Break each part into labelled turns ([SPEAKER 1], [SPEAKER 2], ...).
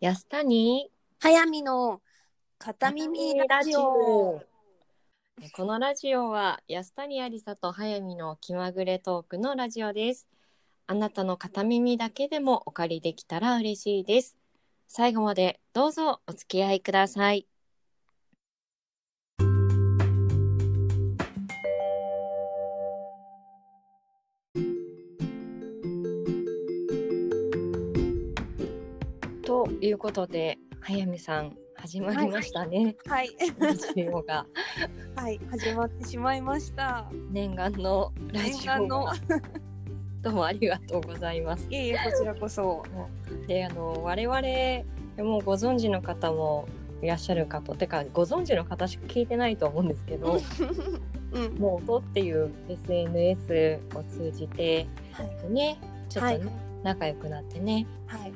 [SPEAKER 1] 安谷
[SPEAKER 2] 早見の片耳ラジオ。
[SPEAKER 1] このラジオは安谷ありさと早見の気まぐれトークのラジオですあなたの片耳だけでもお借りできたら嬉しいです最後までどうぞお付き合いくださいということで早見さん始まりましたね、
[SPEAKER 2] はい、
[SPEAKER 1] ラジオが
[SPEAKER 2] はい、始まってしまいました。
[SPEAKER 1] 念願のラジオ
[SPEAKER 2] 念願の
[SPEAKER 1] が どうもありがとうございます。
[SPEAKER 2] いえいえ、こちらこそ。
[SPEAKER 1] であの我々もうご存知の方もいらっしゃるかとてかご存知の方しか聞いてないと思うんですけ ど
[SPEAKER 2] うん、
[SPEAKER 1] もう音っていう SNS を通じて
[SPEAKER 2] はい、
[SPEAKER 1] ねちょっとね、
[SPEAKER 2] はい
[SPEAKER 1] 仲良くなってね
[SPEAKER 2] はい、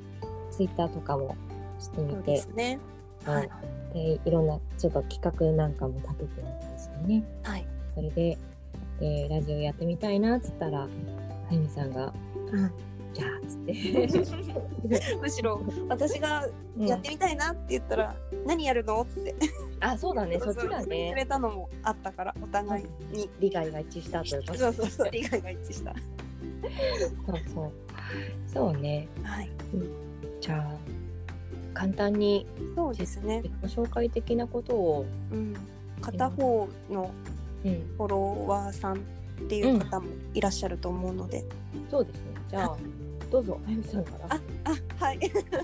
[SPEAKER 1] Twitter とかもしてみ
[SPEAKER 2] そうで
[SPEAKER 1] て
[SPEAKER 2] すね。はい、
[SPEAKER 1] でいろんなちょっと企画なんかも立ててみたんですよね。
[SPEAKER 2] はい、
[SPEAKER 1] それで、でラジオやってみたいなっつったらはゆみさんが
[SPEAKER 2] うん
[SPEAKER 1] 「じゃあ」っつって。
[SPEAKER 2] むしろ私が
[SPEAKER 1] うん
[SPEAKER 2] やってみたいなって言ったら、何やるのって。
[SPEAKER 1] あそうだねそっちだ
[SPEAKER 2] 言ってく
[SPEAKER 1] ね
[SPEAKER 2] れたのもあったから、お互いに。
[SPEAKER 1] 利害が一致したというか
[SPEAKER 2] そうそうそう、利害が一致した。
[SPEAKER 1] そうそうそうね
[SPEAKER 2] はい、
[SPEAKER 1] じゃあ簡単に
[SPEAKER 2] そうですね。
[SPEAKER 1] 自己紹介的なことを、
[SPEAKER 2] うん、片方の
[SPEAKER 1] うん、
[SPEAKER 2] フォロワーさんっていう方もいらっしゃると思うので。
[SPEAKER 1] そうですねじゃあどうぞあゆみさんから
[SPEAKER 2] あ、あ、はい。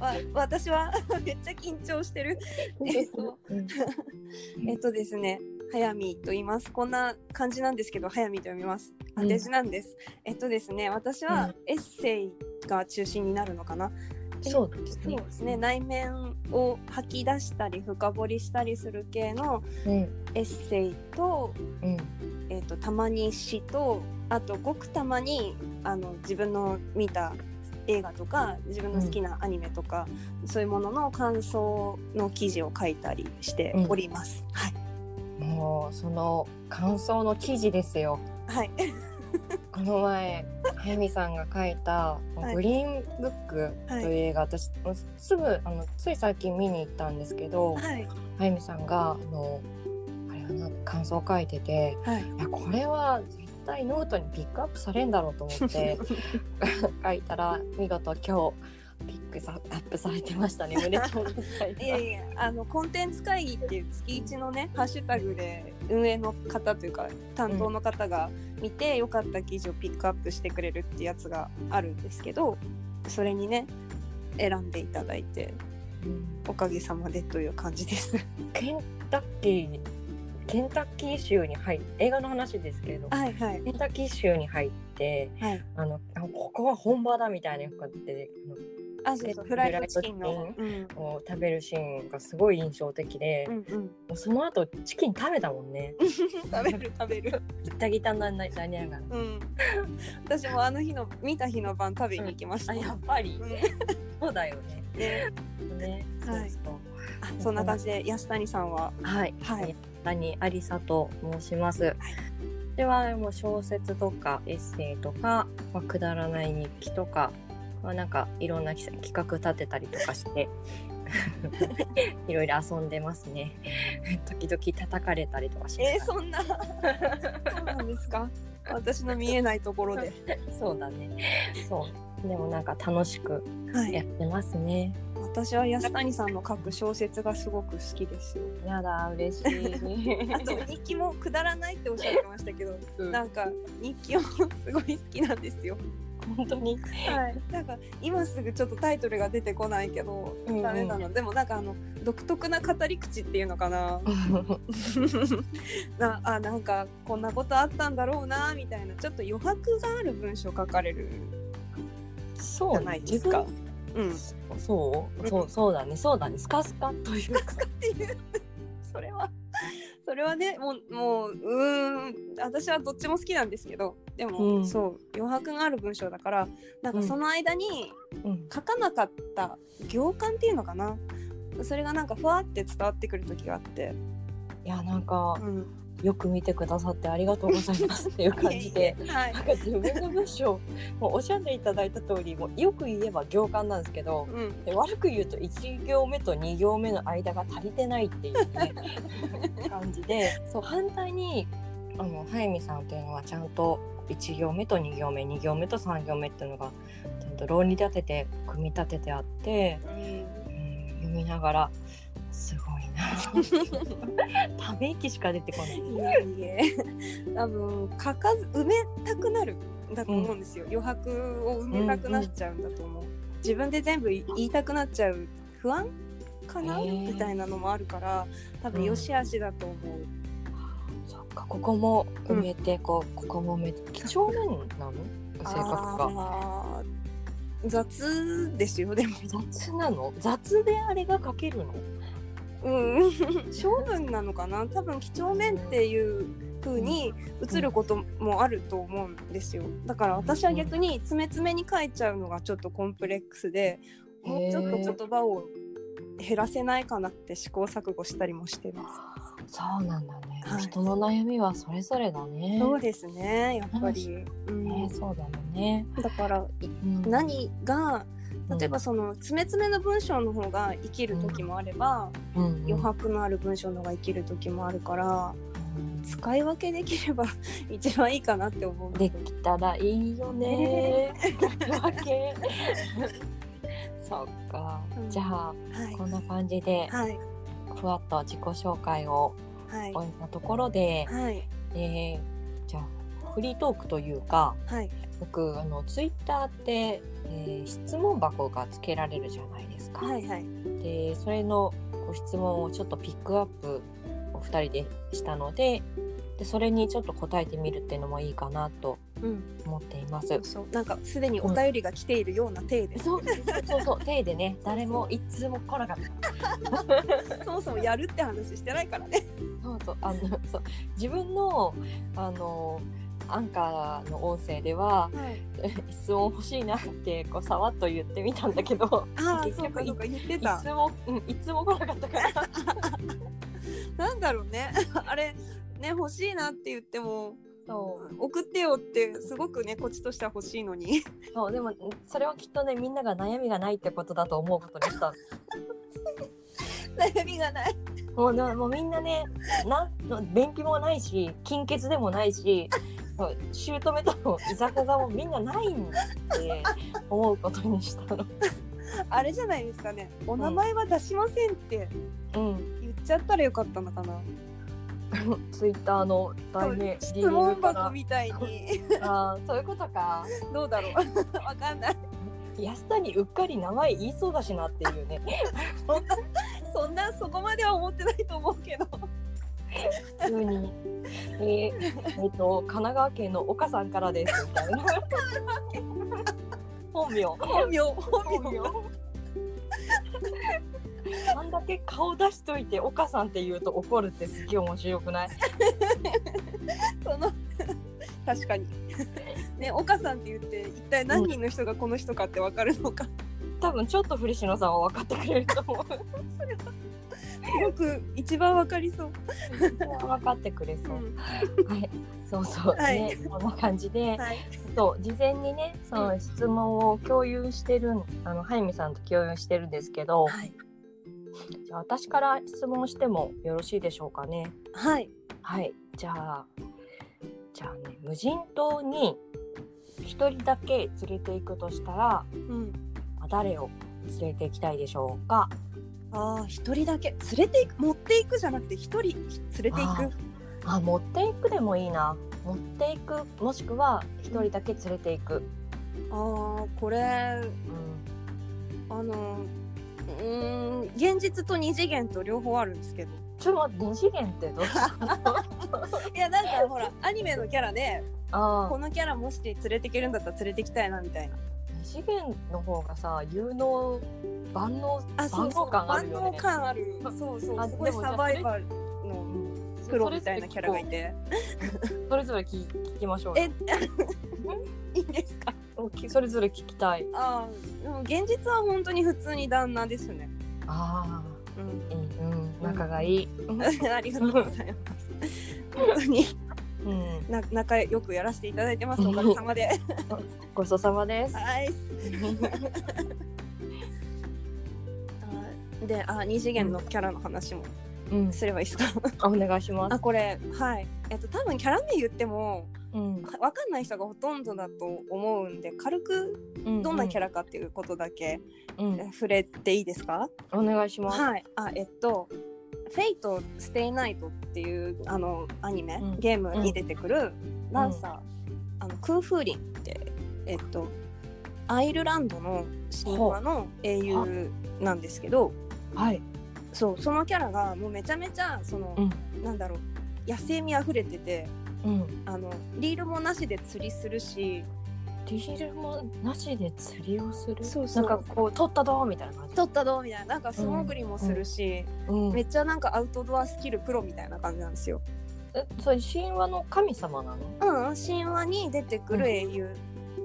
[SPEAKER 2] あわ、私は めっちゃ緊張してる。えっと、
[SPEAKER 1] うん
[SPEAKER 2] えっとですね。早見と言います。こんな感じなんですけど、早見と読みます。当て字なんです。えっとですね、私
[SPEAKER 1] う
[SPEAKER 2] は
[SPEAKER 1] ん
[SPEAKER 2] エッセイが中心になるのかな。
[SPEAKER 1] そうです
[SPEAKER 2] そう
[SPEAKER 1] ね
[SPEAKER 2] ですね。内面を吐き出したり、深掘りしたりする系の
[SPEAKER 1] うん
[SPEAKER 2] エッセイと。
[SPEAKER 1] うん
[SPEAKER 2] えっと、たまに詩と、あとごくたまに、あの、自分の見た。映画とか自分の好きなアニメとか、そういうものの感想の記事を書いたりしております。はい
[SPEAKER 1] もうその感想の記事ですよ
[SPEAKER 2] はい
[SPEAKER 1] この前はやみさんが書いた「
[SPEAKER 2] はい
[SPEAKER 1] グリーンブック」という映画、私すぐあのつい最近見に行ったんですけど、
[SPEAKER 2] はい
[SPEAKER 1] あゆみさんがあのあれはな感想を書いてて
[SPEAKER 2] はい
[SPEAKER 1] いやこれは絶対ノートにピックアップされんだろうと思って 書いたら見事今日ピックアップされてました ねおめでとうござい
[SPEAKER 2] いや
[SPEAKER 1] ま
[SPEAKER 2] いやあのコンテンツ会議っていう月一のねハッシュタグで運営の方というか担当の方が見て良かった記事をピックアップしてくれるってやつがあるんですけどそれにね選んでいただいて
[SPEAKER 1] す、うん
[SPEAKER 2] おかげさまでという感じです。
[SPEAKER 1] ケンタッキーケンタッキー州に入って映画の話ですけれど
[SPEAKER 2] はいはい
[SPEAKER 1] ケンタッキー州に入って
[SPEAKER 2] はい。
[SPEAKER 1] あのあここは本場だみたいなこうやって
[SPEAKER 2] あそうそうフライドチキンの。うん
[SPEAKER 1] あのこう食べるシーンがすごい印象的で、
[SPEAKER 2] うんうん。
[SPEAKER 1] もうその後チキン食べたもんね。
[SPEAKER 2] 食べる食べる。
[SPEAKER 1] ギタギタになりなりながら。
[SPEAKER 2] うん。私もあの日の見た日の晩食べに行きました。
[SPEAKER 1] あやっぱり
[SPEAKER 2] うん
[SPEAKER 1] そうだよね。
[SPEAKER 2] で
[SPEAKER 1] ね、
[SPEAKER 2] はい
[SPEAKER 1] そうそう
[SPEAKER 2] あそんな感じで安谷さんは。
[SPEAKER 1] はい。
[SPEAKER 2] はい。
[SPEAKER 1] 谷ありさと申します。ではもう小説とかエッセイとか、まあ、くだらない日記とか、まあ、なんかいろんな企企画立てたりとか していろいろ遊んでますね時々叩かれたりとかし
[SPEAKER 2] え
[SPEAKER 1] て
[SPEAKER 2] ー、そんな。そうなんですか。私の見えないところで。
[SPEAKER 1] そうだねそうでもなんか楽しく
[SPEAKER 2] は
[SPEAKER 1] やっ。てますね
[SPEAKER 2] 私は安谷さんの書く小説がすごく好きです よ。
[SPEAKER 1] やだ嬉しい
[SPEAKER 2] あと日記もくだらないっておっしゃってましたけど、なんか日記もすごい好きなんですよ。
[SPEAKER 1] 本当 に
[SPEAKER 2] はい。なんか今すぐちょっとタイトルが出てこないけど、
[SPEAKER 1] うんうん
[SPEAKER 2] ダメなの。でもなんかあの独特な語り口っていうの かな。なあなんかこんなことあったんだろうなみたいなちょっと余白がある文章書かれる
[SPEAKER 1] そ
[SPEAKER 2] じ
[SPEAKER 1] う
[SPEAKER 2] ゃないですか。うん。
[SPEAKER 1] 自分そうそうそうだねそうだねスカスカというか
[SPEAKER 2] っていうそれはそれはねもうもううーん私はどっちも好きなんですけどでも、
[SPEAKER 1] うん
[SPEAKER 2] そう余白がある文章だからなんかその間に
[SPEAKER 1] うん
[SPEAKER 2] 書かなかった行間っていうのかなそれがなんかふわって伝わってくる時があって、
[SPEAKER 1] いやなんか
[SPEAKER 2] うん、
[SPEAKER 1] よく見てくださってありがとうございますっていう感じで。
[SPEAKER 2] いえいえはい
[SPEAKER 1] なんか自分の文章もうおっしゃっていただいた通りもうよく言えば行間なんですけど
[SPEAKER 2] うん、
[SPEAKER 1] で悪く言うと1行目と2行目の間が足りてないっていう、 ね、感じでそう反対にあの早見さんっていうのはちゃんと1行目と2行目2行目と3行目っていうのがちゃんと論理立てて組み立ててあって、うん、読みながらすごいな ため息しか出てこない。
[SPEAKER 2] いえいえ 多分書かず埋めたくなるんだと思うんですよ、余白を埋めたくなっちゃうんだと思う、自分で全部言いたくなっちゃう不安かな、
[SPEAKER 1] へえ
[SPEAKER 2] みたいなのもあるから多分良し悪しだと思う、
[SPEAKER 1] そっかここも埋めて、こうここも埋めて几帳面なの性格が
[SPEAKER 2] あー雑ですよでも
[SPEAKER 1] 雑なの雑であれが書けるの
[SPEAKER 2] うん 性分なのかな多分几帳面っていう風に映ることもあると思うんですよだから私は逆に詰め詰めに書いちゃうのがちょっとコンプレックスで
[SPEAKER 1] へー
[SPEAKER 2] もうちょっと言葉を減らせないかなって試行錯誤したりもしてます。
[SPEAKER 1] そうなんだね、
[SPEAKER 2] はい
[SPEAKER 1] 人の悩みはそれぞれだね
[SPEAKER 2] そうですねやっぱり、うん
[SPEAKER 1] ねそうだよね、
[SPEAKER 2] だから
[SPEAKER 1] うん
[SPEAKER 2] 何が例えば、その詰め詰めの文章の方が生きる時もあれば
[SPEAKER 1] うんうん
[SPEAKER 2] 余白のある文章の方が生きる時もあるから使い分けできれば 一番いいかなって思う
[SPEAKER 1] できたらいいよ ねわけそっか、
[SPEAKER 2] うん
[SPEAKER 1] じゃあ
[SPEAKER 2] はい
[SPEAKER 1] こんな感じで
[SPEAKER 2] はい
[SPEAKER 1] ふわっと自己紹介を
[SPEAKER 2] はい
[SPEAKER 1] 終えたところで、
[SPEAKER 2] はい
[SPEAKER 1] えーじゃあフリートークというか
[SPEAKER 2] はい
[SPEAKER 1] 僕あのツイッターって、えー質問箱がつけられるじゃないですか。
[SPEAKER 2] はいはい
[SPEAKER 1] でそれのご質問をちょっとピックアップお二人でしたのででそれにちょっと答えてみるっていうのもいいかなと
[SPEAKER 2] うん
[SPEAKER 1] 思っています
[SPEAKER 2] そ。うそうなんかすでにお便りが来ているような体で、
[SPEAKER 1] そうそうそうそう手でね誰も一通も来なかった
[SPEAKER 2] そもそもやるって話してないからね
[SPEAKER 1] そうそうあのそう自分のあのアンカーの音声では
[SPEAKER 2] はい
[SPEAKER 1] 質問欲しいなってこうさわっと言ってみたんだけど
[SPEAKER 2] ああ
[SPEAKER 1] 結
[SPEAKER 2] そう
[SPEAKER 1] 局
[SPEAKER 2] か
[SPEAKER 1] い
[SPEAKER 2] そうか言って
[SPEAKER 1] い
[SPEAKER 2] た
[SPEAKER 1] つも、うん、いつも来なかったから
[SPEAKER 2] なんだろうね あれね欲しいなって言っても
[SPEAKER 1] そ
[SPEAKER 2] 送ってよってすごくねこっちとしては欲しいのに
[SPEAKER 1] うそうでもそれはきっとねみんなが悩みがないってことだと思うことにした
[SPEAKER 2] 悩みがない
[SPEAKER 1] もうなもうみんなねな便秘もないし金欠でもないしそう姑とのいざこざもみんなないんって思うことにしたの。
[SPEAKER 2] あれじゃないですかねお名前は出しませんって
[SPEAKER 1] うん、
[SPEAKER 2] 言っちゃったらよかったのかな
[SPEAKER 1] ツイッターの題名
[SPEAKER 2] 質
[SPEAKER 1] DM
[SPEAKER 2] 問
[SPEAKER 1] か
[SPEAKER 2] 箱
[SPEAKER 1] ら
[SPEAKER 2] みたいに
[SPEAKER 1] あーそういうことか
[SPEAKER 2] どうだろう わかんない
[SPEAKER 1] 安田にうっかり名前言いそうだしなっていうね
[SPEAKER 2] そんなそこまでは思ってないと思うけど
[SPEAKER 1] 普通に。えーえっと神奈川県の岡さんからですみたいな。本名。
[SPEAKER 2] 本名本名
[SPEAKER 1] あんだけ顔出しといて岡さんって言うと怒るってすげえ面白くない。
[SPEAKER 2] その 確かに ね岡さんって言って一体何人の人がこの人かってわかるのか、
[SPEAKER 1] 多分ちょっと古篠さんは分かってくれると思 う。
[SPEAKER 2] すごく一番わかりそう、
[SPEAKER 1] 分かってくれそう。
[SPEAKER 2] うん
[SPEAKER 1] はい。そうそう、
[SPEAKER 2] はい
[SPEAKER 1] ね。こんな感じで、
[SPEAKER 2] はい
[SPEAKER 1] そう事前にね、その質問を共有してるんあのハイミさんと共有してるんですけど、
[SPEAKER 2] はい、
[SPEAKER 1] じゃあ私から質問してもよろしいでしょうかね。
[SPEAKER 2] はい、
[SPEAKER 1] はい、じゃあ、じゃあね、無人島に一人だけ連れて行くとしたら、
[SPEAKER 2] うん
[SPEAKER 1] まあ誰を連れて行きたいでしょうか。
[SPEAKER 2] ああ一人だけ連れていく持っていくじゃなくて一人連れていく
[SPEAKER 1] ああ、持って行くでもいいな。持っていく、もしくは一人だけ連れて行く。
[SPEAKER 2] あーこれあ
[SPEAKER 1] うん、
[SPEAKER 2] のうーん現実と二次元と両方あるんですけど
[SPEAKER 1] ちょっと待って、二次元って どう
[SPEAKER 2] いやなんかほらアニメのキャラで
[SPEAKER 1] あ
[SPEAKER 2] こ
[SPEAKER 1] あ、
[SPEAKER 2] のキャラもし連れてけるんだったら連れてきたいなみたいな
[SPEAKER 1] 二次元の方がさ、有能、万能、
[SPEAKER 2] あ
[SPEAKER 1] 万能感あるよ
[SPEAKER 2] 万能
[SPEAKER 1] ね。
[SPEAKER 2] 感あるそうそう
[SPEAKER 1] あ
[SPEAKER 2] すごい
[SPEAKER 1] でもじゃあ
[SPEAKER 2] サバイバルのプロみたいなキャラがいて
[SPEAKER 1] それぞれ聞聞きましょうよ。
[SPEAKER 2] え いいんですか
[SPEAKER 1] え、それぞれ聞きたい。
[SPEAKER 2] あーでも現実は本当に普通に旦那ですね
[SPEAKER 1] ああ。
[SPEAKER 2] うん
[SPEAKER 1] うんうん、仲がいい。
[SPEAKER 2] ありがとうございます。本当に
[SPEAKER 1] うん、
[SPEAKER 2] な仲良くやらせていただいて ます。おかげさまで。
[SPEAKER 1] ごちそうさまです。
[SPEAKER 2] はい。あで、あ、二次元のキャラの話も
[SPEAKER 1] うん、
[SPEAKER 2] すればいいですか。
[SPEAKER 1] お願いしま
[SPEAKER 2] あ、
[SPEAKER 1] す。
[SPEAKER 2] これ、はい。えっと、多分キャラ名言っても、
[SPEAKER 1] うん、
[SPEAKER 2] わかんない人がほとんどだと思うんで、軽くどんなキャ
[SPEAKER 1] ラ、
[SPEAKER 2] ラかっていうことだけ、
[SPEAKER 1] うん
[SPEAKER 2] え触れていいですか。
[SPEAKER 1] お願いします。
[SPEAKER 2] はい、あえっと「フェイト・ステイ・ナイト」っていうあのアニメ、
[SPEAKER 1] うん
[SPEAKER 2] ゲームに出てくるダンサー、あのクンフーリンってえっとアイルランドの神話の英雄なんですけど
[SPEAKER 1] はい、
[SPEAKER 2] そうそのキャラがもうめちゃめちゃその、
[SPEAKER 1] うん
[SPEAKER 2] なんだろう野生味あふれてて
[SPEAKER 1] うん、
[SPEAKER 2] あのリールもなしで釣りするし
[SPEAKER 1] リールもなしで釣りをする。
[SPEAKER 2] そうそう
[SPEAKER 1] なんかこう、取ったどうみたいな感じ。
[SPEAKER 2] 取ったどうみたいななんか素潜りもするし、
[SPEAKER 1] うん、
[SPEAKER 2] めっちゃなんかアウトドアスキルプロみたいな感じなんですよ。
[SPEAKER 1] えそれ神話の神様なの。
[SPEAKER 2] うんうん、神話に出てくる英雄、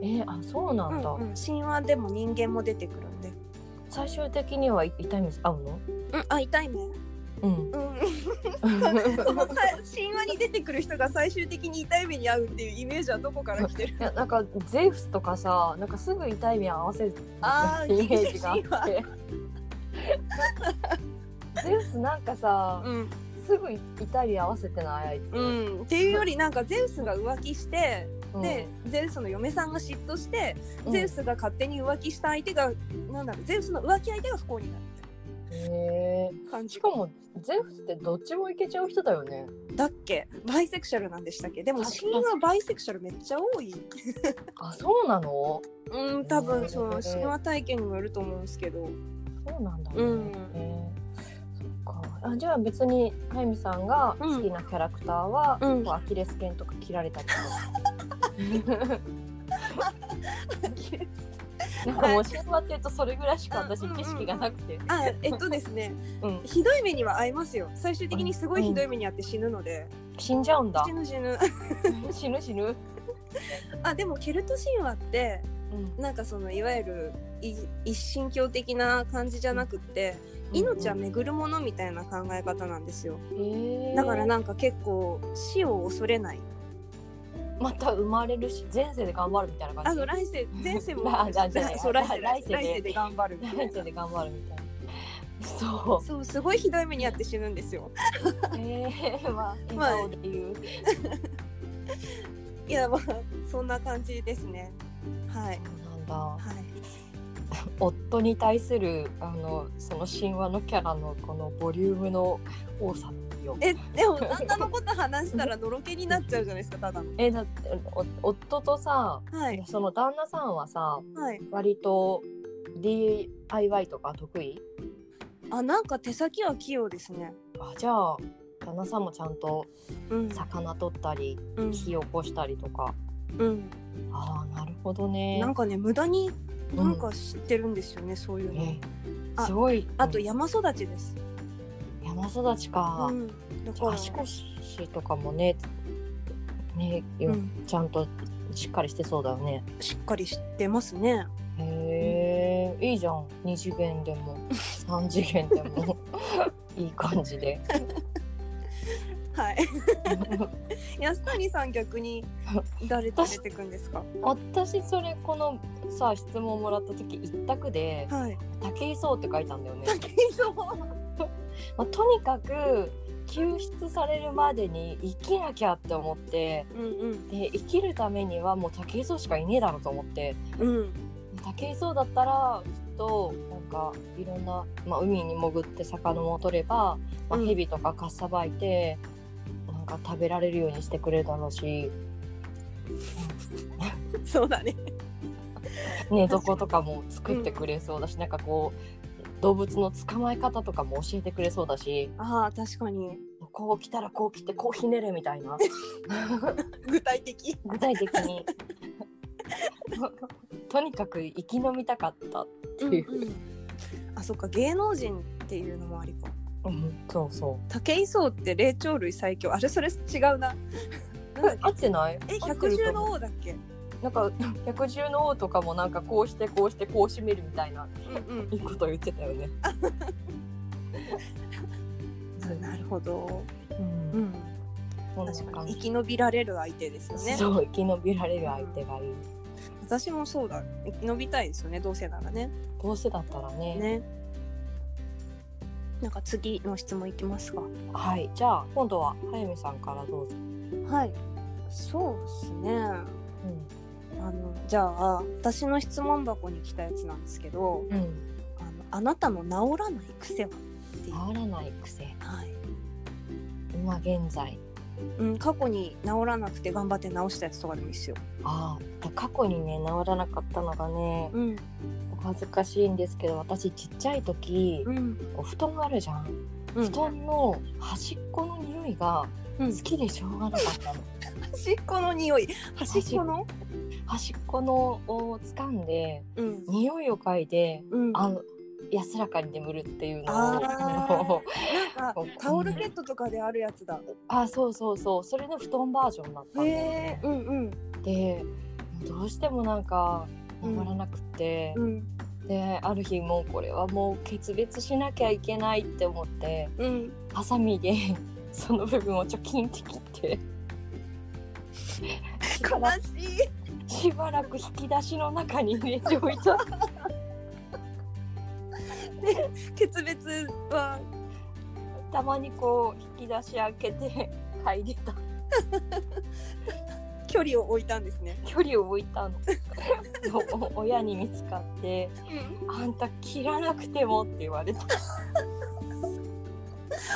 [SPEAKER 1] えー、あ、そうな
[SPEAKER 2] うん
[SPEAKER 1] だ。
[SPEAKER 2] んうん神話でも人間も出てくるんで、
[SPEAKER 1] 最終的には痛い目合うの。
[SPEAKER 2] うん、あ痛いね、
[SPEAKER 1] うん。
[SPEAKER 2] うん、 そのさ神話に出てくる人が最終的に痛い目に遭うっていうイメージはどこから来てる
[SPEAKER 1] いやなんかゼウスとかさなんかすぐ痛い目合わせる
[SPEAKER 2] あー
[SPEAKER 1] イメージ があってゼウスなんかさ、
[SPEAKER 2] うん、
[SPEAKER 1] すぐ痛い目合わせてないあいつ、
[SPEAKER 2] うん、っていうよりなんかゼウスが浮気して、
[SPEAKER 1] うん
[SPEAKER 2] でゼウスの嫁さんが嫉妬して、
[SPEAKER 1] うん
[SPEAKER 2] ゼウスが勝手に浮気した相手がなんだろうゼウスの浮気相手が不幸になる
[SPEAKER 1] へー
[SPEAKER 2] 感じ
[SPEAKER 1] しかもゼウスってどっちもいけちゃう人だよね
[SPEAKER 2] だっけバイセクシャルなんでしたっけでも
[SPEAKER 1] 確か
[SPEAKER 2] 神話バイセクシャルめっちゃ多い
[SPEAKER 1] あそうなの
[SPEAKER 2] うん、多分その神話体験にもよると思うんですけど。
[SPEAKER 1] そうなんだね、
[SPEAKER 2] うん
[SPEAKER 1] へーそっかあじゃあ別に速水さんが好きなキャラクターは、
[SPEAKER 2] うん
[SPEAKER 1] こうアキレス腱とか切られたりとか なんかもう神話っていうとそれぐらいしか私
[SPEAKER 2] うんうんうん
[SPEAKER 1] 景色がなくて、
[SPEAKER 2] あ、えっとですね、
[SPEAKER 1] うん、
[SPEAKER 2] ひどい目には遭いますよ。最終的にすごいひどい目に遭って死ぬので。
[SPEAKER 1] 死んじゃうんだ
[SPEAKER 2] 死ぬ死ぬ。
[SPEAKER 1] 死ぬ死ぬ、
[SPEAKER 2] あ、でもケルト神話って、
[SPEAKER 1] うん
[SPEAKER 2] なんかそのいわゆるい一神教的な感じじゃなくって、命は巡るものみたいな考え方なんですよ。
[SPEAKER 1] へー
[SPEAKER 2] だからなんか結構死を恐れない。
[SPEAKER 1] また生まれるし前世で頑張るみたいな
[SPEAKER 2] あ
[SPEAKER 1] 感じ
[SPEAKER 2] の来世前世も
[SPEAKER 1] あじゃあじゃあ
[SPEAKER 2] そう来世
[SPEAKER 1] 来
[SPEAKER 2] 来
[SPEAKER 1] 世
[SPEAKER 2] 世
[SPEAKER 1] で
[SPEAKER 2] で頑張るみたい
[SPEAKER 1] 来
[SPEAKER 2] な。
[SPEAKER 1] 世で頑張るみたいなそ
[SPEAKER 2] そうすごいひどい目に遭って死ぬんですよ。
[SPEAKER 1] うえー、まあ
[SPEAKER 2] まあ
[SPEAKER 1] 笑顔で言う、
[SPEAKER 2] いやまあそんな感じですね。はい
[SPEAKER 1] そうなんだ
[SPEAKER 2] はい。
[SPEAKER 1] 夫に対するあのその神話のキャラのこのボリュームの多さよ
[SPEAKER 2] えでも旦那のこと話したらのろけになっちゃうじゃないですかただの。
[SPEAKER 1] えだってお夫とさ
[SPEAKER 2] はい
[SPEAKER 1] その旦那さんはさ
[SPEAKER 2] はい。
[SPEAKER 1] 割と DIY とか得意
[SPEAKER 2] あなんか手先は器用ですね。
[SPEAKER 1] あじゃあ旦那さんもちゃんと
[SPEAKER 2] うん
[SPEAKER 1] 魚取ったり
[SPEAKER 2] うん
[SPEAKER 1] 火起こしたりとか、
[SPEAKER 2] うん。
[SPEAKER 1] ああなるほどね
[SPEAKER 2] なんかね無駄に
[SPEAKER 1] うん
[SPEAKER 2] なんか知ってるんですよね、そういうの
[SPEAKER 1] ね。
[SPEAKER 2] あ
[SPEAKER 1] すごい
[SPEAKER 2] あと
[SPEAKER 1] うん
[SPEAKER 2] 山育ちです。
[SPEAKER 1] 山育ちか、
[SPEAKER 2] うん。だから。
[SPEAKER 1] 足腰とかもねねよ
[SPEAKER 2] うん、
[SPEAKER 1] ちゃんとしっかりしてそうだよね
[SPEAKER 2] しっかり知ってますね。
[SPEAKER 1] へえ、いいじゃん二次元で も三次元でもいい感じで
[SPEAKER 2] はい。安谷さん逆に誰と出てくんですか。
[SPEAKER 1] 私それこのさ質問もらった時一択で
[SPEAKER 2] はい。
[SPEAKER 1] 「武井壮」って書いたんだよね、
[SPEAKER 2] 武井壮。
[SPEAKER 1] まあ、とにかく救出されるまでに生きなきゃって思って
[SPEAKER 2] うん
[SPEAKER 1] で生きるためにはもう武井壮しかいねえだろうと思って
[SPEAKER 2] うんうん
[SPEAKER 1] 武井壮だったらきっとなんかいろんな、まあ、海に潜って魚も取れば、まあ、
[SPEAKER 2] うん
[SPEAKER 1] 蛇とかかっさばいて、なんか食べられるようにしてくれるだろうし
[SPEAKER 2] そうだね。
[SPEAKER 1] 寝床とかも作ってくれそうだし、なんかこう動物の捕まえ方とかも教えてくれそうだし
[SPEAKER 2] ああ確かに
[SPEAKER 1] こう来たらこう来てこうひねるみたいな
[SPEAKER 2] 具体的。
[SPEAKER 1] 具体的に とにかく生き延びたかったって
[SPEAKER 2] うんう
[SPEAKER 1] いう、
[SPEAKER 2] ん、あそっか芸能人っていうのもありか
[SPEAKER 1] うん、そうそ
[SPEAKER 2] 武井壮って霊長類最強あれそれ違うな
[SPEAKER 1] うなんか合ってない合っ
[SPEAKER 2] え
[SPEAKER 1] てる
[SPEAKER 2] 百
[SPEAKER 1] と
[SPEAKER 2] 獣
[SPEAKER 1] 思う
[SPEAKER 2] の王だっけ
[SPEAKER 1] なんか 百獣の王とかもなんかこうしてこうしてこう締めるみたいな
[SPEAKER 2] うんうん
[SPEAKER 1] いいこと言ってたよね。
[SPEAKER 2] なるほど。
[SPEAKER 1] うん
[SPEAKER 2] うん。
[SPEAKER 1] そんな
[SPEAKER 2] 確か
[SPEAKER 1] 感
[SPEAKER 2] に
[SPEAKER 1] じ
[SPEAKER 2] 生き延びられる相手ですよね。
[SPEAKER 1] そう生き延びられる相手がいい
[SPEAKER 2] 私もそうだ。生き延びたいですよね。どうせならね。
[SPEAKER 1] どうせだったらね
[SPEAKER 2] ね。なんか次の質問いきますか。
[SPEAKER 1] はいじゃあ今度は早見さんからどうぞ、
[SPEAKER 2] はい。そうですね。あのじゃあ私の質問箱に来たやつなんですけど、
[SPEAKER 1] うんうん、
[SPEAKER 2] あのあなたの治らない癖はっていう。
[SPEAKER 1] 治らない癖
[SPEAKER 2] はい。
[SPEAKER 1] 今現在
[SPEAKER 2] うん、過去に治らなくて頑張って治したやつとかでもいいですよ。
[SPEAKER 1] ああ過去にね治らなかったのがね
[SPEAKER 2] うん、
[SPEAKER 1] お恥ずかしいんですけど私ちっちゃい時
[SPEAKER 2] うん、
[SPEAKER 1] お布団があるじゃん
[SPEAKER 2] う
[SPEAKER 1] 布団の端っこの匂いが
[SPEAKER 2] うん
[SPEAKER 1] 好きでしょうがなかったの、
[SPEAKER 2] 端っこの匂い、端っこの。
[SPEAKER 1] 端っこのを掴んで
[SPEAKER 2] うん、
[SPEAKER 1] 匂いを嗅いで
[SPEAKER 2] うん、
[SPEAKER 1] あの安らかに眠るっていうのをあ
[SPEAKER 2] あー
[SPEAKER 1] の
[SPEAKER 2] なんかタオルケットとかであるやつだ。
[SPEAKER 1] あそうそうそうそれの布団バージョンだったんだよね
[SPEAKER 2] え、うん、うん、
[SPEAKER 1] でどうしてもなんか治らなくて、
[SPEAKER 2] うん、
[SPEAKER 1] である日もうこれはもう決別しなきゃいけないって思って
[SPEAKER 2] うん、
[SPEAKER 1] ハサミで その部分をちょきんって切ってしばら
[SPEAKER 2] 悲しい。
[SPEAKER 1] くしばらく引き出しの中に入れておいた
[SPEAKER 2] 決別は、
[SPEAKER 1] たまにこう引き出し開けて 嗅いでた
[SPEAKER 2] 距離を置いたんですね。
[SPEAKER 1] 距離を置いたの そうお親に見つかって「あんた切らなくても」って言われた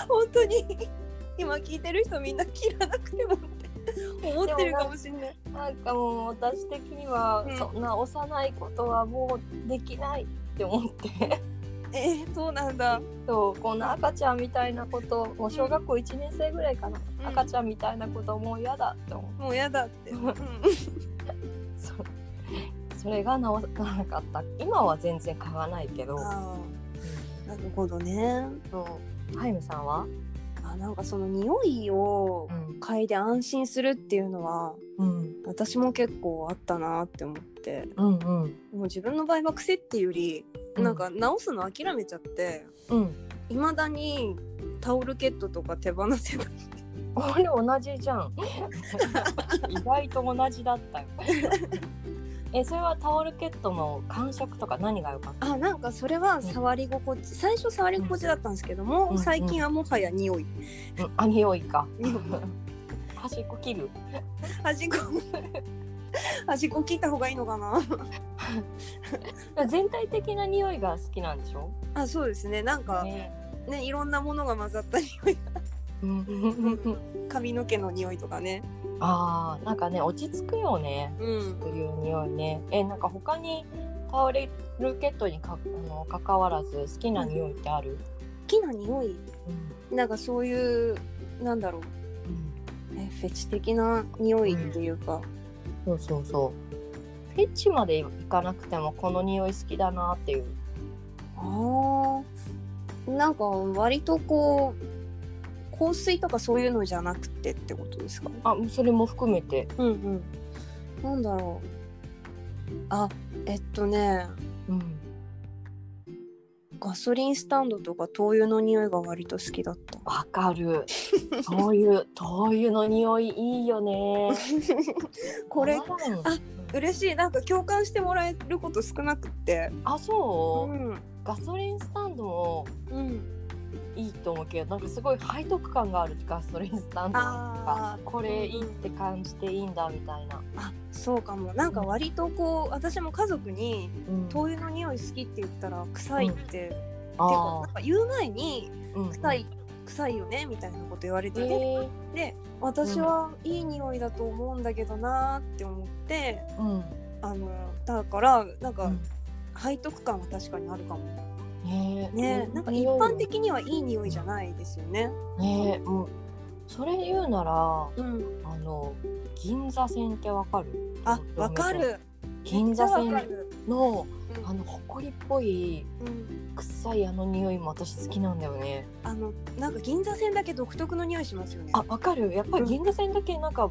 [SPEAKER 2] 本当に。今聞いてる人みんな切らなくてもって。思ってるかもしれない。
[SPEAKER 1] なんかもう私的には
[SPEAKER 2] うん
[SPEAKER 1] そんな幼いことはもうできないって思って
[SPEAKER 2] えー、そうなんだ。
[SPEAKER 1] そうこんな赤ちゃんみたいなこともう小学校1年生ぐらいかな、
[SPEAKER 2] うん
[SPEAKER 1] 赤ちゃんみたいなこともう嫌だって思って
[SPEAKER 2] もうやだって。うん、
[SPEAKER 1] そうそれが治らなかった今は全然買わないけど
[SPEAKER 2] ああ、なるほどね。
[SPEAKER 1] そうハイムさんは、
[SPEAKER 2] あなんかその匂いを
[SPEAKER 1] ん
[SPEAKER 2] 嗅いで安心するっていうのは
[SPEAKER 1] うん、
[SPEAKER 2] 私も結構あったなって思って
[SPEAKER 1] うんうん
[SPEAKER 2] もう自分の場合は癖っていうよりなんか直すの諦めちゃって
[SPEAKER 1] うん
[SPEAKER 2] いまだにタオルケットとか手放せない
[SPEAKER 1] 俺同じじゃん 意外と同じだったよ えそれはタオルケットの感触とか何が良かった
[SPEAKER 2] あなんかそれは触り心地最初触り心地だったんですけども、
[SPEAKER 1] うん
[SPEAKER 2] 最近はもはや匂
[SPEAKER 1] う
[SPEAKER 2] い
[SPEAKER 1] んあ、匂いか。
[SPEAKER 2] 匂い
[SPEAKER 1] 端っこ切る。
[SPEAKER 2] 端っ こ端っこ切った方がいいのかな
[SPEAKER 1] 全体的な匂いが好きなんでしょ。
[SPEAKER 2] あそうですねなんかね
[SPEAKER 1] ね。
[SPEAKER 2] いろんなものが混ざった匂い
[SPEAKER 1] うん
[SPEAKER 2] 髪の毛の匂いとかね
[SPEAKER 1] ああ、なんかね、落ち着くよね。
[SPEAKER 2] うん
[SPEAKER 1] という匂いね。え、なんか他にタオルケットにか、あの、関わらず、好きな匂いってある。
[SPEAKER 2] 好きな匂い
[SPEAKER 1] うん。
[SPEAKER 2] なんかそういうなんだろうえフェチ的な匂いっていうか、
[SPEAKER 1] そうそうそう。フェチまでいかなくても、この匂い好きだなっていう。
[SPEAKER 2] あーなんか割とこう香水とかそういうのじゃなくてってことですか
[SPEAKER 1] あ、それも含めて。
[SPEAKER 2] うんうんなんだろうあえっとね
[SPEAKER 1] うん。
[SPEAKER 2] ガソリンスタンドとか灯油の匂いが割と好きだ った
[SPEAKER 1] わかる。そういう、灯油の匂いいいよ ね。
[SPEAKER 2] これ
[SPEAKER 1] あ
[SPEAKER 2] あ嬉しいなんか共感してもらえること少なくって
[SPEAKER 1] あそうう、
[SPEAKER 2] ん
[SPEAKER 1] ガソリンスタンドも
[SPEAKER 2] うん
[SPEAKER 1] いいと思うけどなんかすごい背徳感があるガソリンスタンド
[SPEAKER 2] ああ
[SPEAKER 1] これいいって感じていいんだみたいな、
[SPEAKER 2] あそうかもなんか割とこう私も家族に
[SPEAKER 1] うん
[SPEAKER 2] 灯油の匂い好きって言ったら臭いって、っていうか
[SPEAKER 1] あ
[SPEAKER 2] なんか言う前に
[SPEAKER 1] ーうん
[SPEAKER 2] 臭い、臭いよねみたいなこと言われ
[SPEAKER 1] え
[SPEAKER 2] てて、
[SPEAKER 1] ー
[SPEAKER 2] で私はいい匂いだと思うんだけどなーって思って
[SPEAKER 1] うん
[SPEAKER 2] あのだからなん
[SPEAKER 1] う
[SPEAKER 2] か
[SPEAKER 1] ん
[SPEAKER 2] 背徳感は確かにあるかも
[SPEAKER 1] ねえ
[SPEAKER 2] ね、
[SPEAKER 1] う
[SPEAKER 2] なんか一
[SPEAKER 1] 匂い
[SPEAKER 2] 般的にはいい匂いじゃないですよね
[SPEAKER 1] ねえもうそれ言うなら
[SPEAKER 2] うん
[SPEAKER 1] あの銀座線ってわかる
[SPEAKER 2] あわかる
[SPEAKER 1] 銀座
[SPEAKER 2] めっちゃわか
[SPEAKER 1] 線
[SPEAKER 2] る
[SPEAKER 1] の
[SPEAKER 2] うん
[SPEAKER 1] あの埃っぽい
[SPEAKER 2] うん
[SPEAKER 1] 臭いあの匂いも私好きなんだよね
[SPEAKER 2] あのなんか銀座線だけ独特の匂いしますよね
[SPEAKER 1] あ、わかる。やっぱり銀河線だけなんか、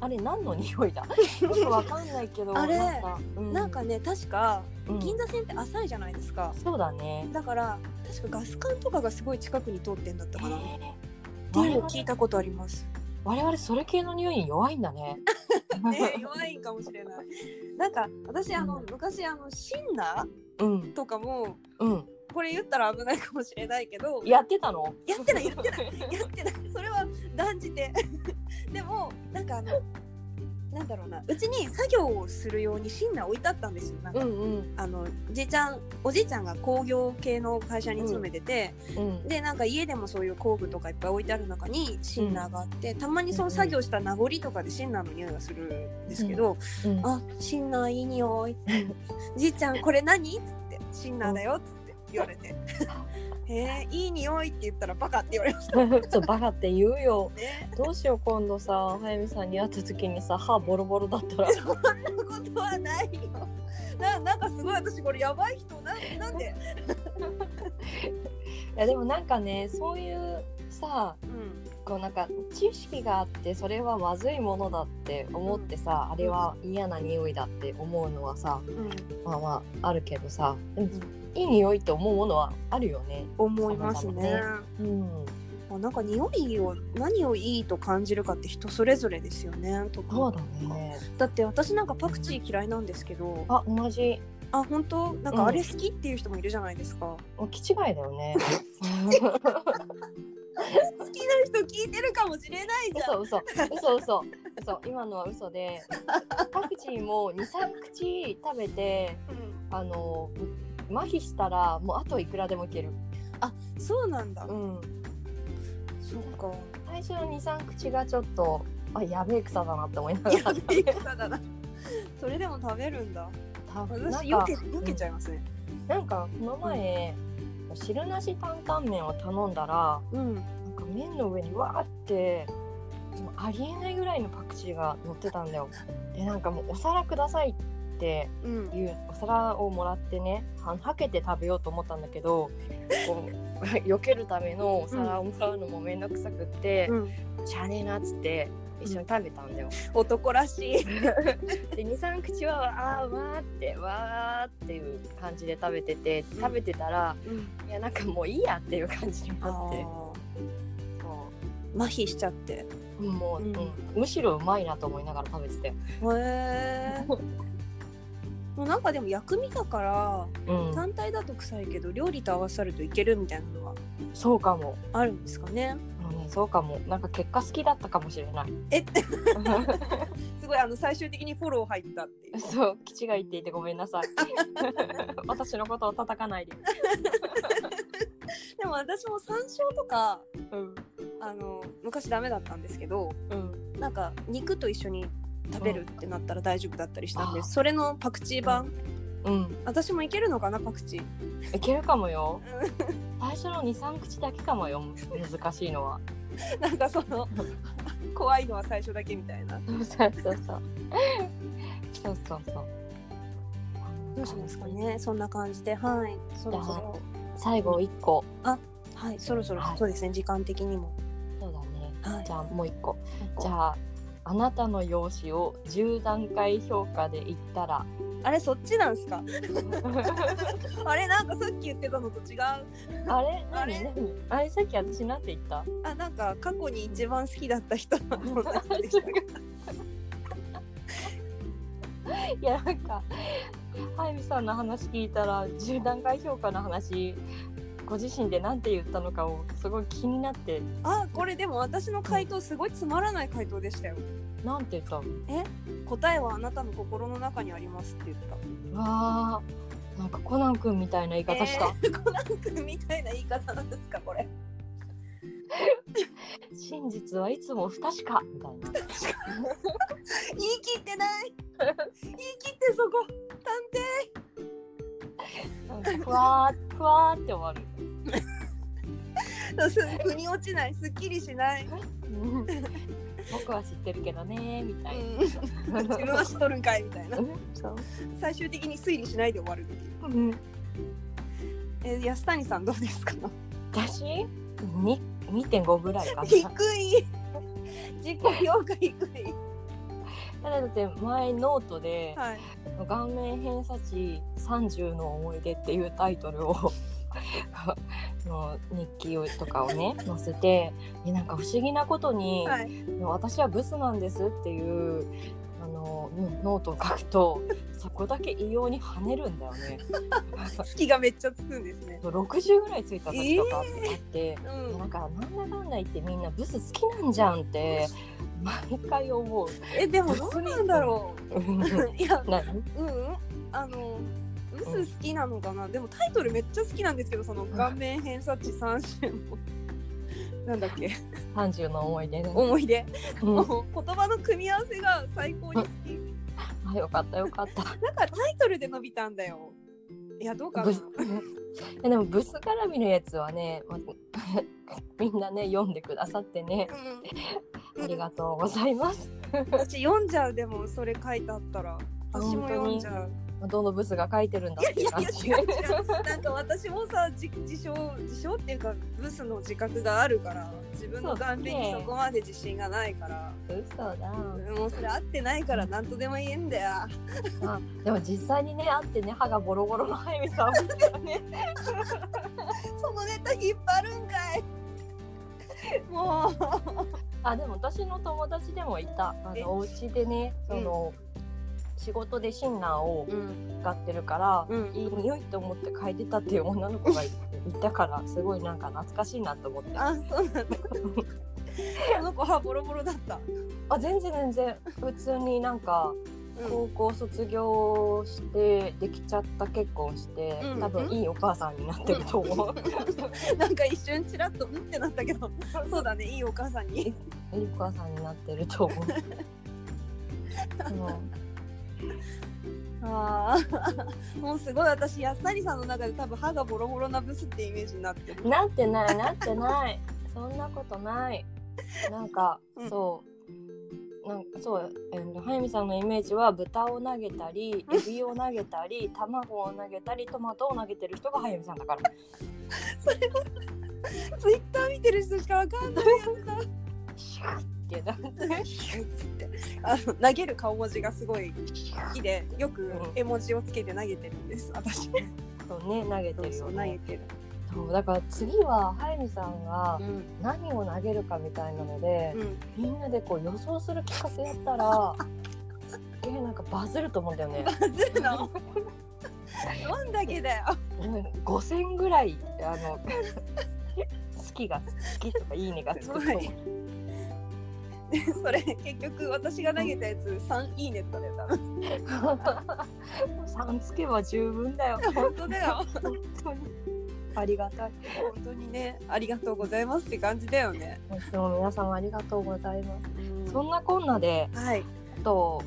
[SPEAKER 1] あれ何の匂 いだ。よくわかんないけど、
[SPEAKER 2] あれ
[SPEAKER 1] なんか、う
[SPEAKER 2] なんかね確か
[SPEAKER 1] うん
[SPEAKER 2] 銀座線って浅いじゃないですか、
[SPEAKER 1] そうだね。
[SPEAKER 2] だから確かガス管とかがすごい近くに通ってんだったかな、っ
[SPEAKER 1] え
[SPEAKER 2] ていうの
[SPEAKER 1] ー
[SPEAKER 2] を聞いたことあ ります。
[SPEAKER 1] 我々それ系の匂いに弱いんだね。
[SPEAKER 2] ね、弱いかもしれない。なんか私あの昔あのシンナー
[SPEAKER 1] うん
[SPEAKER 2] とかも
[SPEAKER 1] うん。
[SPEAKER 2] これ言ったら危ないかもしれないけど
[SPEAKER 1] やってたの？
[SPEAKER 2] やってないやってないやってないそれは断じて でもなんかあのなんだろうなうちに作業をするようにシンナー置いてあったんですよな ん
[SPEAKER 1] う
[SPEAKER 2] か、
[SPEAKER 1] んうん
[SPEAKER 2] あのじいちゃんおじいちゃんが工業系の会社に勤めてて、
[SPEAKER 1] うん。
[SPEAKER 2] でなんか家でもそういう工具とかいっぱい置いてある中にシンナーがあって、たまにその作業した名残とかでシンナーの匂いがするんですけど、
[SPEAKER 1] うん
[SPEAKER 2] あシンナーいい匂いじいちゃんこれ何?」っつって「シンナーだよ」っつって言わ れて「えー、いい匂い」って言ったら「バカ」って言われました
[SPEAKER 1] そうバカって言うよ。
[SPEAKER 2] ね。
[SPEAKER 1] どうしよう今度さ、早見さんに会った時にさ、歯ボロボロだったら。
[SPEAKER 2] そんなことはないよ。ななんかすごい私これやばい人なんなんで、
[SPEAKER 1] いやでもなんかね、そういうさ、
[SPEAKER 2] うん、
[SPEAKER 1] こうなんか知識があってそれはまずいものだって思ってさ、あれは嫌な匂いだって思うのはさ、まあまああるけどさ、でもいい匂いって思うものはあるよね。
[SPEAKER 2] 思いますね
[SPEAKER 1] そうなうん。
[SPEAKER 2] あなんか匂いを何をいいと感じるかって人それぞれですよねとか
[SPEAKER 1] そうだね。
[SPEAKER 2] だって私なんかパクチー嫌いなんですけどあ
[SPEAKER 1] あ、同じ。
[SPEAKER 2] 本当なんかあれ好きっていう人もいるじゃないですか、
[SPEAKER 1] もう気違いだよね。
[SPEAKER 2] 好きな人聞いてるかもしれないじゃん
[SPEAKER 1] 嘘嘘嘘嘘嘘今のは嘘でパクチーも23口食べて
[SPEAKER 2] うん
[SPEAKER 1] あの麻痺したらもうあといくらでもいける、
[SPEAKER 2] そうなんだ、
[SPEAKER 1] うん、
[SPEAKER 2] そうか
[SPEAKER 1] 最初の23口がちょっとあやべえ草だなって思いながら
[SPEAKER 2] やべえ草だなそれでも食べるんだ
[SPEAKER 1] 多分な
[SPEAKER 2] 私
[SPEAKER 1] ん
[SPEAKER 2] よ
[SPEAKER 1] か
[SPEAKER 2] けよけちゃいますね
[SPEAKER 1] なんかこの前汁なし担々麺を頼んだら
[SPEAKER 2] うん
[SPEAKER 1] なんか麺の上にわーってそのありえないぐらいのパクチーが乗ってたんだよ。でなんかもうお皿くださいって
[SPEAKER 2] うん
[SPEAKER 1] いうお皿をもらってねははけて食べようと思ったんだけどこう 避けるためのお皿をもらうのも面倒くさくって、
[SPEAKER 2] うん、
[SPEAKER 1] しゃあねえなっつって一緒に食べたんだよ。
[SPEAKER 2] 男らしい。
[SPEAKER 1] で23口はあーわーってわーっていう感じで食べてて
[SPEAKER 2] うん
[SPEAKER 1] 食べてたら、いやなんかもういいやっていう感じに
[SPEAKER 2] あ
[SPEAKER 1] なって
[SPEAKER 2] ー
[SPEAKER 1] そ
[SPEAKER 2] 麻痺しちゃって。へ
[SPEAKER 1] うもう、
[SPEAKER 2] うん
[SPEAKER 1] うんむしろうまいなと思いながら食べてたよ。
[SPEAKER 2] え。もうなんかでも薬味だから、
[SPEAKER 1] うん、
[SPEAKER 2] 単体だと臭いけど料理と合わさるといけるみたいなのは
[SPEAKER 1] そうかも、
[SPEAKER 2] あるんですかね。
[SPEAKER 1] うんね、そうかもなんか結果好きだったかもしれない。
[SPEAKER 2] え すごいあの最終的にフォロー入ったっていう。
[SPEAKER 1] そう、基地が言っていてごめんなさ い。私のことを叩かないで。
[SPEAKER 2] でも私も山椒とか
[SPEAKER 1] うん、
[SPEAKER 2] あの昔ダメだったんですけど、
[SPEAKER 1] うん、
[SPEAKER 2] なんか肉と一緒に食べるってなったら大丈夫だったりしたんで、
[SPEAKER 1] うん
[SPEAKER 2] それのパクチー版、
[SPEAKER 1] うん、
[SPEAKER 2] 私もいけるのかなパクチー。
[SPEAKER 1] いけるかもよ。最初の二三口だけかもよ、難しいのは。
[SPEAKER 2] なんかその怖いのは最初だけみたいな。
[SPEAKER 1] そうそうそうそう。そうそうそう。
[SPEAKER 2] どうしますかね。そんな感じで、はい、そろそろ、
[SPEAKER 1] 最後一個。
[SPEAKER 2] はい、そろそろ、
[SPEAKER 1] はい
[SPEAKER 2] そうですね、時間的にも。
[SPEAKER 1] そうだね。
[SPEAKER 2] はい、
[SPEAKER 1] じゃあもう一個。じ
[SPEAKER 2] あ、
[SPEAKER 1] ゃあ。あなたの容姿を10段階評価で言った ら
[SPEAKER 2] あれ、そっちなんすか。あれ、なんかさっき言ってたのと違う。
[SPEAKER 1] あれ
[SPEAKER 2] あ
[SPEAKER 1] 何
[SPEAKER 2] れ
[SPEAKER 1] 何あれさっき私なんて言った
[SPEAKER 2] あ、なんか過去に一番好きだった人の話でし
[SPEAKER 1] す
[SPEAKER 2] た
[SPEAKER 1] ごいいやなんか早見さんの話聞いたら10段階評価の話ご自身で何て言ったのかをすごい気になって
[SPEAKER 2] あ、これでも私の回答すごいつまらない回答でしたよ。
[SPEAKER 1] 何て言ったの
[SPEAKER 2] 答えはあなたの心の中にありますって言った。
[SPEAKER 1] うわーなんかコナン君みたいな言い方した、
[SPEAKER 2] えーコナン君みたいな言い方なんですかこれ。
[SPEAKER 1] 真実はいつも不確かみたいな
[SPEAKER 2] 言い切って ない。言い切ってそこ。
[SPEAKER 1] なん かふわーふわーって終わ る
[SPEAKER 2] す腑に落ちないすっきりしない、
[SPEAKER 1] うん僕は知ってるけどねみたいな、
[SPEAKER 2] 自分はしとるんかいみたいな
[SPEAKER 1] うんそう
[SPEAKER 2] 最終的に推理しないで終わるっていう
[SPEAKER 1] うん
[SPEAKER 2] えー安谷さんどうです か
[SPEAKER 1] 私に2.5ぐらいかな
[SPEAKER 2] 低い自己評価低い
[SPEAKER 1] ただだって前ノートで
[SPEAKER 2] はい
[SPEAKER 1] 「顔面偏差値30の思い出」っていうタイトルを かの日記をとかをね載せてでなんか不思議なことに、
[SPEAKER 2] はい、
[SPEAKER 1] 私はブスなんですっていうあのノートを書くとそこだけ異様に跳ねるんだよね。
[SPEAKER 2] 月がめっちゃつくんですね。
[SPEAKER 1] 60ぐらいついた時とかあって、
[SPEAKER 2] う
[SPEAKER 1] なん
[SPEAKER 2] ん、
[SPEAKER 1] かなんだかんだ言ってみんなブス好きなんじゃんって毎回思う。
[SPEAKER 2] えでもどうなんだろう いや
[SPEAKER 1] 何
[SPEAKER 2] うんうんあのブス好きなのかな、でもタイトルめっちゃ好きなんですけどその顔面偏差値3種も なんだっけ
[SPEAKER 1] 30の思い出ね。
[SPEAKER 2] 思い出
[SPEAKER 1] うん
[SPEAKER 2] もう 言葉の組み合わせが最高に好き
[SPEAKER 1] あよかったよか った。
[SPEAKER 2] なんかタイトルで伸びたんだよいやどうか
[SPEAKER 1] ブ
[SPEAKER 2] な
[SPEAKER 1] ス えでもブス絡みのやつはね、ま みんなね読んでくださってね
[SPEAKER 2] うん
[SPEAKER 1] ありがとうございます。
[SPEAKER 2] 私読んじゃうでもそれ書いてあったら私も
[SPEAKER 1] 本当に
[SPEAKER 2] 読んじゃう
[SPEAKER 1] どのブスが書いてるんだって
[SPEAKER 2] い
[SPEAKER 1] いう
[SPEAKER 2] や
[SPEAKER 1] 感
[SPEAKER 2] い
[SPEAKER 1] じ。
[SPEAKER 2] や違う違うなんか私もさ自自称自称っていうかブスの自覚があるから自分の顔面に
[SPEAKER 1] そう
[SPEAKER 2] そ
[SPEAKER 1] ね
[SPEAKER 2] こまで自信がないから
[SPEAKER 1] 嘘だ。
[SPEAKER 2] もうそれ合ってないから何とでも言えんだよ
[SPEAKER 1] あでも実際にね会ってね歯がボロボロのハイミさんもね。
[SPEAKER 2] そのネタ引っ張るんかいも
[SPEAKER 1] あでも私の友達でもいたあ
[SPEAKER 2] え
[SPEAKER 1] のお家でねその、仕事でシンナーを
[SPEAKER 2] ううん
[SPEAKER 1] 使ってるから、
[SPEAKER 2] うん
[SPEAKER 1] いい匂いと思って嗅いでたっていう女の子がいいたからすごいなんか懐かしいなと思ってあ
[SPEAKER 2] あそうなんだこの子歯ボロボロだった
[SPEAKER 1] 全然全然普通になんか高校卒業してできちゃった結婚して、
[SPEAKER 2] うん
[SPEAKER 1] 多分いいお母さんになってると思う、
[SPEAKER 2] なんか一瞬チラッとうんってなったけどそうだねいいお母さんに
[SPEAKER 1] いいお母さんになってると 思ううん
[SPEAKER 2] ああもうすごい私やっさりさんの中で多分歯がボロボロなブスってイメージになってる
[SPEAKER 1] なってないなってないそんなことないなんか、
[SPEAKER 2] うん
[SPEAKER 1] そうなんかそうえーと速水さんのイメージは豚を投げたりエビを投げたり卵を投げたりトマトを投げてる人が速水さんだから
[SPEAKER 2] ツイッター見てる人しかわかんない
[SPEAKER 1] シュッってな
[SPEAKER 2] やつってあの投げる顔文字がすごい好きでよく絵文字をつけて投げてるんです私
[SPEAKER 1] そうね投げてるよ
[SPEAKER 2] 投げ
[SPEAKER 1] ね
[SPEAKER 2] てる、
[SPEAKER 1] そうだから次は速水さんが
[SPEAKER 2] ん
[SPEAKER 1] 何を投げるかみたいなので、
[SPEAKER 2] うん、
[SPEAKER 1] みんなでこう予想する企画やったらすっげえなんかバズると思うんだよね
[SPEAKER 2] バズるのどんだけだよ
[SPEAKER 1] 五千ぐらいあの好きが好きとかいいねがつくと
[SPEAKER 2] すごいでそれ結局私が投げたやつ3いいねだったね多分
[SPEAKER 1] 三つけば十分だよ
[SPEAKER 2] 本当だよ
[SPEAKER 1] 本当にありがたい
[SPEAKER 2] 本当にねありがとうございますって感じだよね、
[SPEAKER 1] いつも皆様ありがとうございます、そんなこんなで
[SPEAKER 2] はい
[SPEAKER 1] あと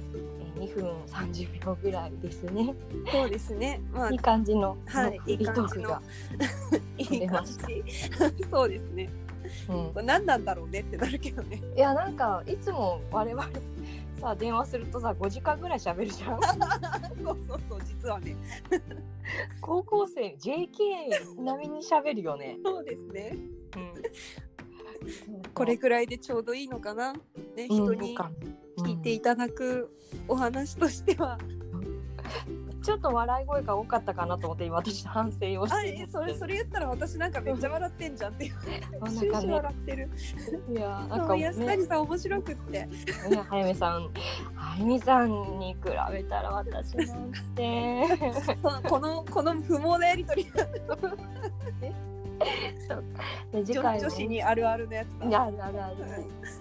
[SPEAKER 1] えー2分30秒ぐらいですね
[SPEAKER 2] そうですねまあ
[SPEAKER 1] いい感じの
[SPEAKER 2] はい
[SPEAKER 1] の
[SPEAKER 2] いい感じの
[SPEAKER 1] フリートークが
[SPEAKER 2] いい感じ そうですね
[SPEAKER 1] うん
[SPEAKER 2] これ何なんだろうねってなるけどね
[SPEAKER 1] いやなんかいつも我々さ電話するとさ5時間ぐらい喋るじ ゃん
[SPEAKER 2] そうそうそう実はね
[SPEAKER 1] 高校生 JK 並みに喋るよね
[SPEAKER 2] そうですね
[SPEAKER 1] うん
[SPEAKER 2] これくらいでちょうどいいのかなね
[SPEAKER 1] うん
[SPEAKER 2] 人に聞いていただくお話としては、
[SPEAKER 1] うんちょっと笑い声が多かったかなと思って今私反省をし
[SPEAKER 2] あ
[SPEAKER 1] て
[SPEAKER 2] えそれそれ言ったら私なんかめっちゃ笑ってんじゃんって
[SPEAKER 1] なん
[SPEAKER 2] 終
[SPEAKER 1] か
[SPEAKER 2] 始
[SPEAKER 1] ね
[SPEAKER 2] 笑ってる
[SPEAKER 1] いやなん
[SPEAKER 2] そ
[SPEAKER 1] か
[SPEAKER 2] う
[SPEAKER 1] ね
[SPEAKER 2] 安谷さん面白く って
[SPEAKER 1] ね早めさん早めさんに比べたら私なんて
[SPEAKER 2] そのこのこの不毛なやり取り
[SPEAKER 1] そうで次
[SPEAKER 2] 女
[SPEAKER 1] 回
[SPEAKER 2] 女
[SPEAKER 1] も
[SPEAKER 2] 子にあるあるのやつだ
[SPEAKER 1] いやあるあるあ
[SPEAKER 2] は
[SPEAKER 1] る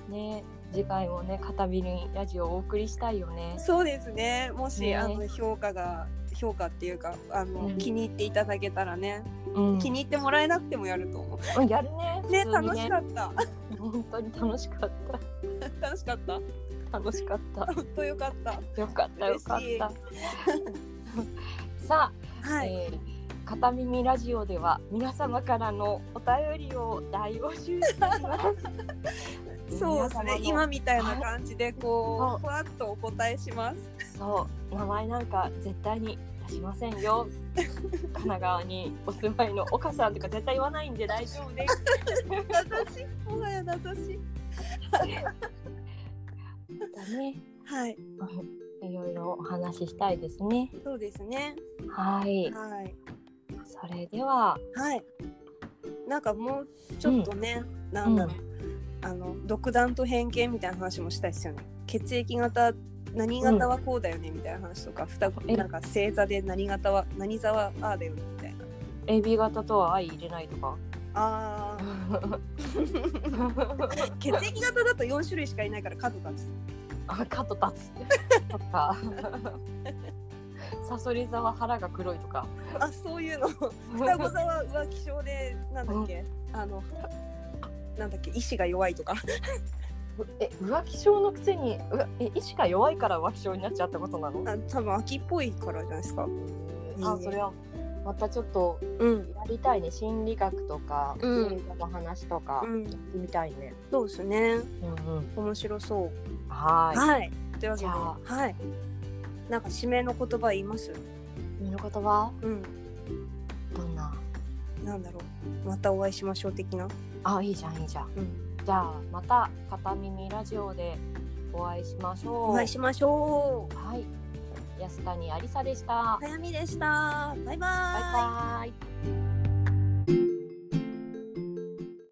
[SPEAKER 2] い
[SPEAKER 1] ね次回もね片ビにラジオをお送りしたいよね
[SPEAKER 2] そうですねもし、
[SPEAKER 1] ね
[SPEAKER 2] あの評価が評価っていうかあの、
[SPEAKER 1] うん
[SPEAKER 2] 気に入っていただけたらね、
[SPEAKER 1] うん
[SPEAKER 2] 気に入ってもらえなくてもやると思う
[SPEAKER 1] うんやるね普通
[SPEAKER 2] ね
[SPEAKER 1] に
[SPEAKER 2] 楽しかった
[SPEAKER 1] 本当に楽しかっ
[SPEAKER 2] 楽しかった
[SPEAKER 1] た楽しかった
[SPEAKER 2] 本当よかった
[SPEAKER 1] よかったよかっ
[SPEAKER 2] 嬉した
[SPEAKER 1] さあ
[SPEAKER 2] はい、
[SPEAKER 1] えー片耳ラジオでは皆様からのお便りを大募集しています。
[SPEAKER 2] そうです
[SPEAKER 1] 皆様
[SPEAKER 2] ね今
[SPEAKER 1] の
[SPEAKER 2] みたいな感じでこ
[SPEAKER 1] そう
[SPEAKER 2] うふわっとお答え します
[SPEAKER 1] そう名前なんか絶対に出しません よ。神奈川にお住まいの岡さんとか絶対言わないんで大丈夫です。
[SPEAKER 2] 優しいもはや優しい
[SPEAKER 1] だね。
[SPEAKER 2] はい
[SPEAKER 1] いろいろお話ししたいですね。
[SPEAKER 2] そうですね
[SPEAKER 1] はい。
[SPEAKER 2] はい
[SPEAKER 1] それでは
[SPEAKER 2] はいなんかもうちょっとね、なんだろう、あの独断と偏見みたいな話もしたいですよね血液型何型はこうだよねみたいな話とか、双子
[SPEAKER 1] え
[SPEAKER 2] なんか星座で何型は何座はああだよねみたいな
[SPEAKER 1] AB 型とは相入れないとか
[SPEAKER 2] あー血液型だと4種類しかいないから角がつ
[SPEAKER 1] あカット立つとかサソリ座は腹が黒いとか
[SPEAKER 2] あそういうの 双子座は浮気症でなんだっけあのなんだっけ意志が弱いとか
[SPEAKER 1] え浮気症のくせにうわえ意志が弱いから浮気症になっちゃうったことなの
[SPEAKER 2] あ多分秋っぽいからじゃないですか
[SPEAKER 1] あそれはまたちょっと
[SPEAKER 2] うん
[SPEAKER 1] やりたいね心理学とか
[SPEAKER 2] うん
[SPEAKER 1] 心理学の話とか
[SPEAKER 2] うん
[SPEAKER 1] やってみたいね、
[SPEAKER 2] そうですね
[SPEAKER 1] うんうん、
[SPEAKER 2] 面白そう
[SPEAKER 1] はーい
[SPEAKER 2] はい。というわけ
[SPEAKER 1] じ
[SPEAKER 2] で、
[SPEAKER 1] ゃあ
[SPEAKER 2] はい。なんか指名の言葉言います。
[SPEAKER 1] 君の言葉
[SPEAKER 2] うん。
[SPEAKER 1] どんな
[SPEAKER 2] なんだろう。またお会いしましょう的な。
[SPEAKER 1] あいいじゃんいいじゃん
[SPEAKER 2] うん。
[SPEAKER 1] じゃあまた片耳ラジオでお会いしましょう
[SPEAKER 2] お会いしましょう。
[SPEAKER 1] はい安谷ありさでした、
[SPEAKER 2] 早見でした。バ
[SPEAKER 1] バ
[SPEAKER 2] イバイ。
[SPEAKER 1] イバイ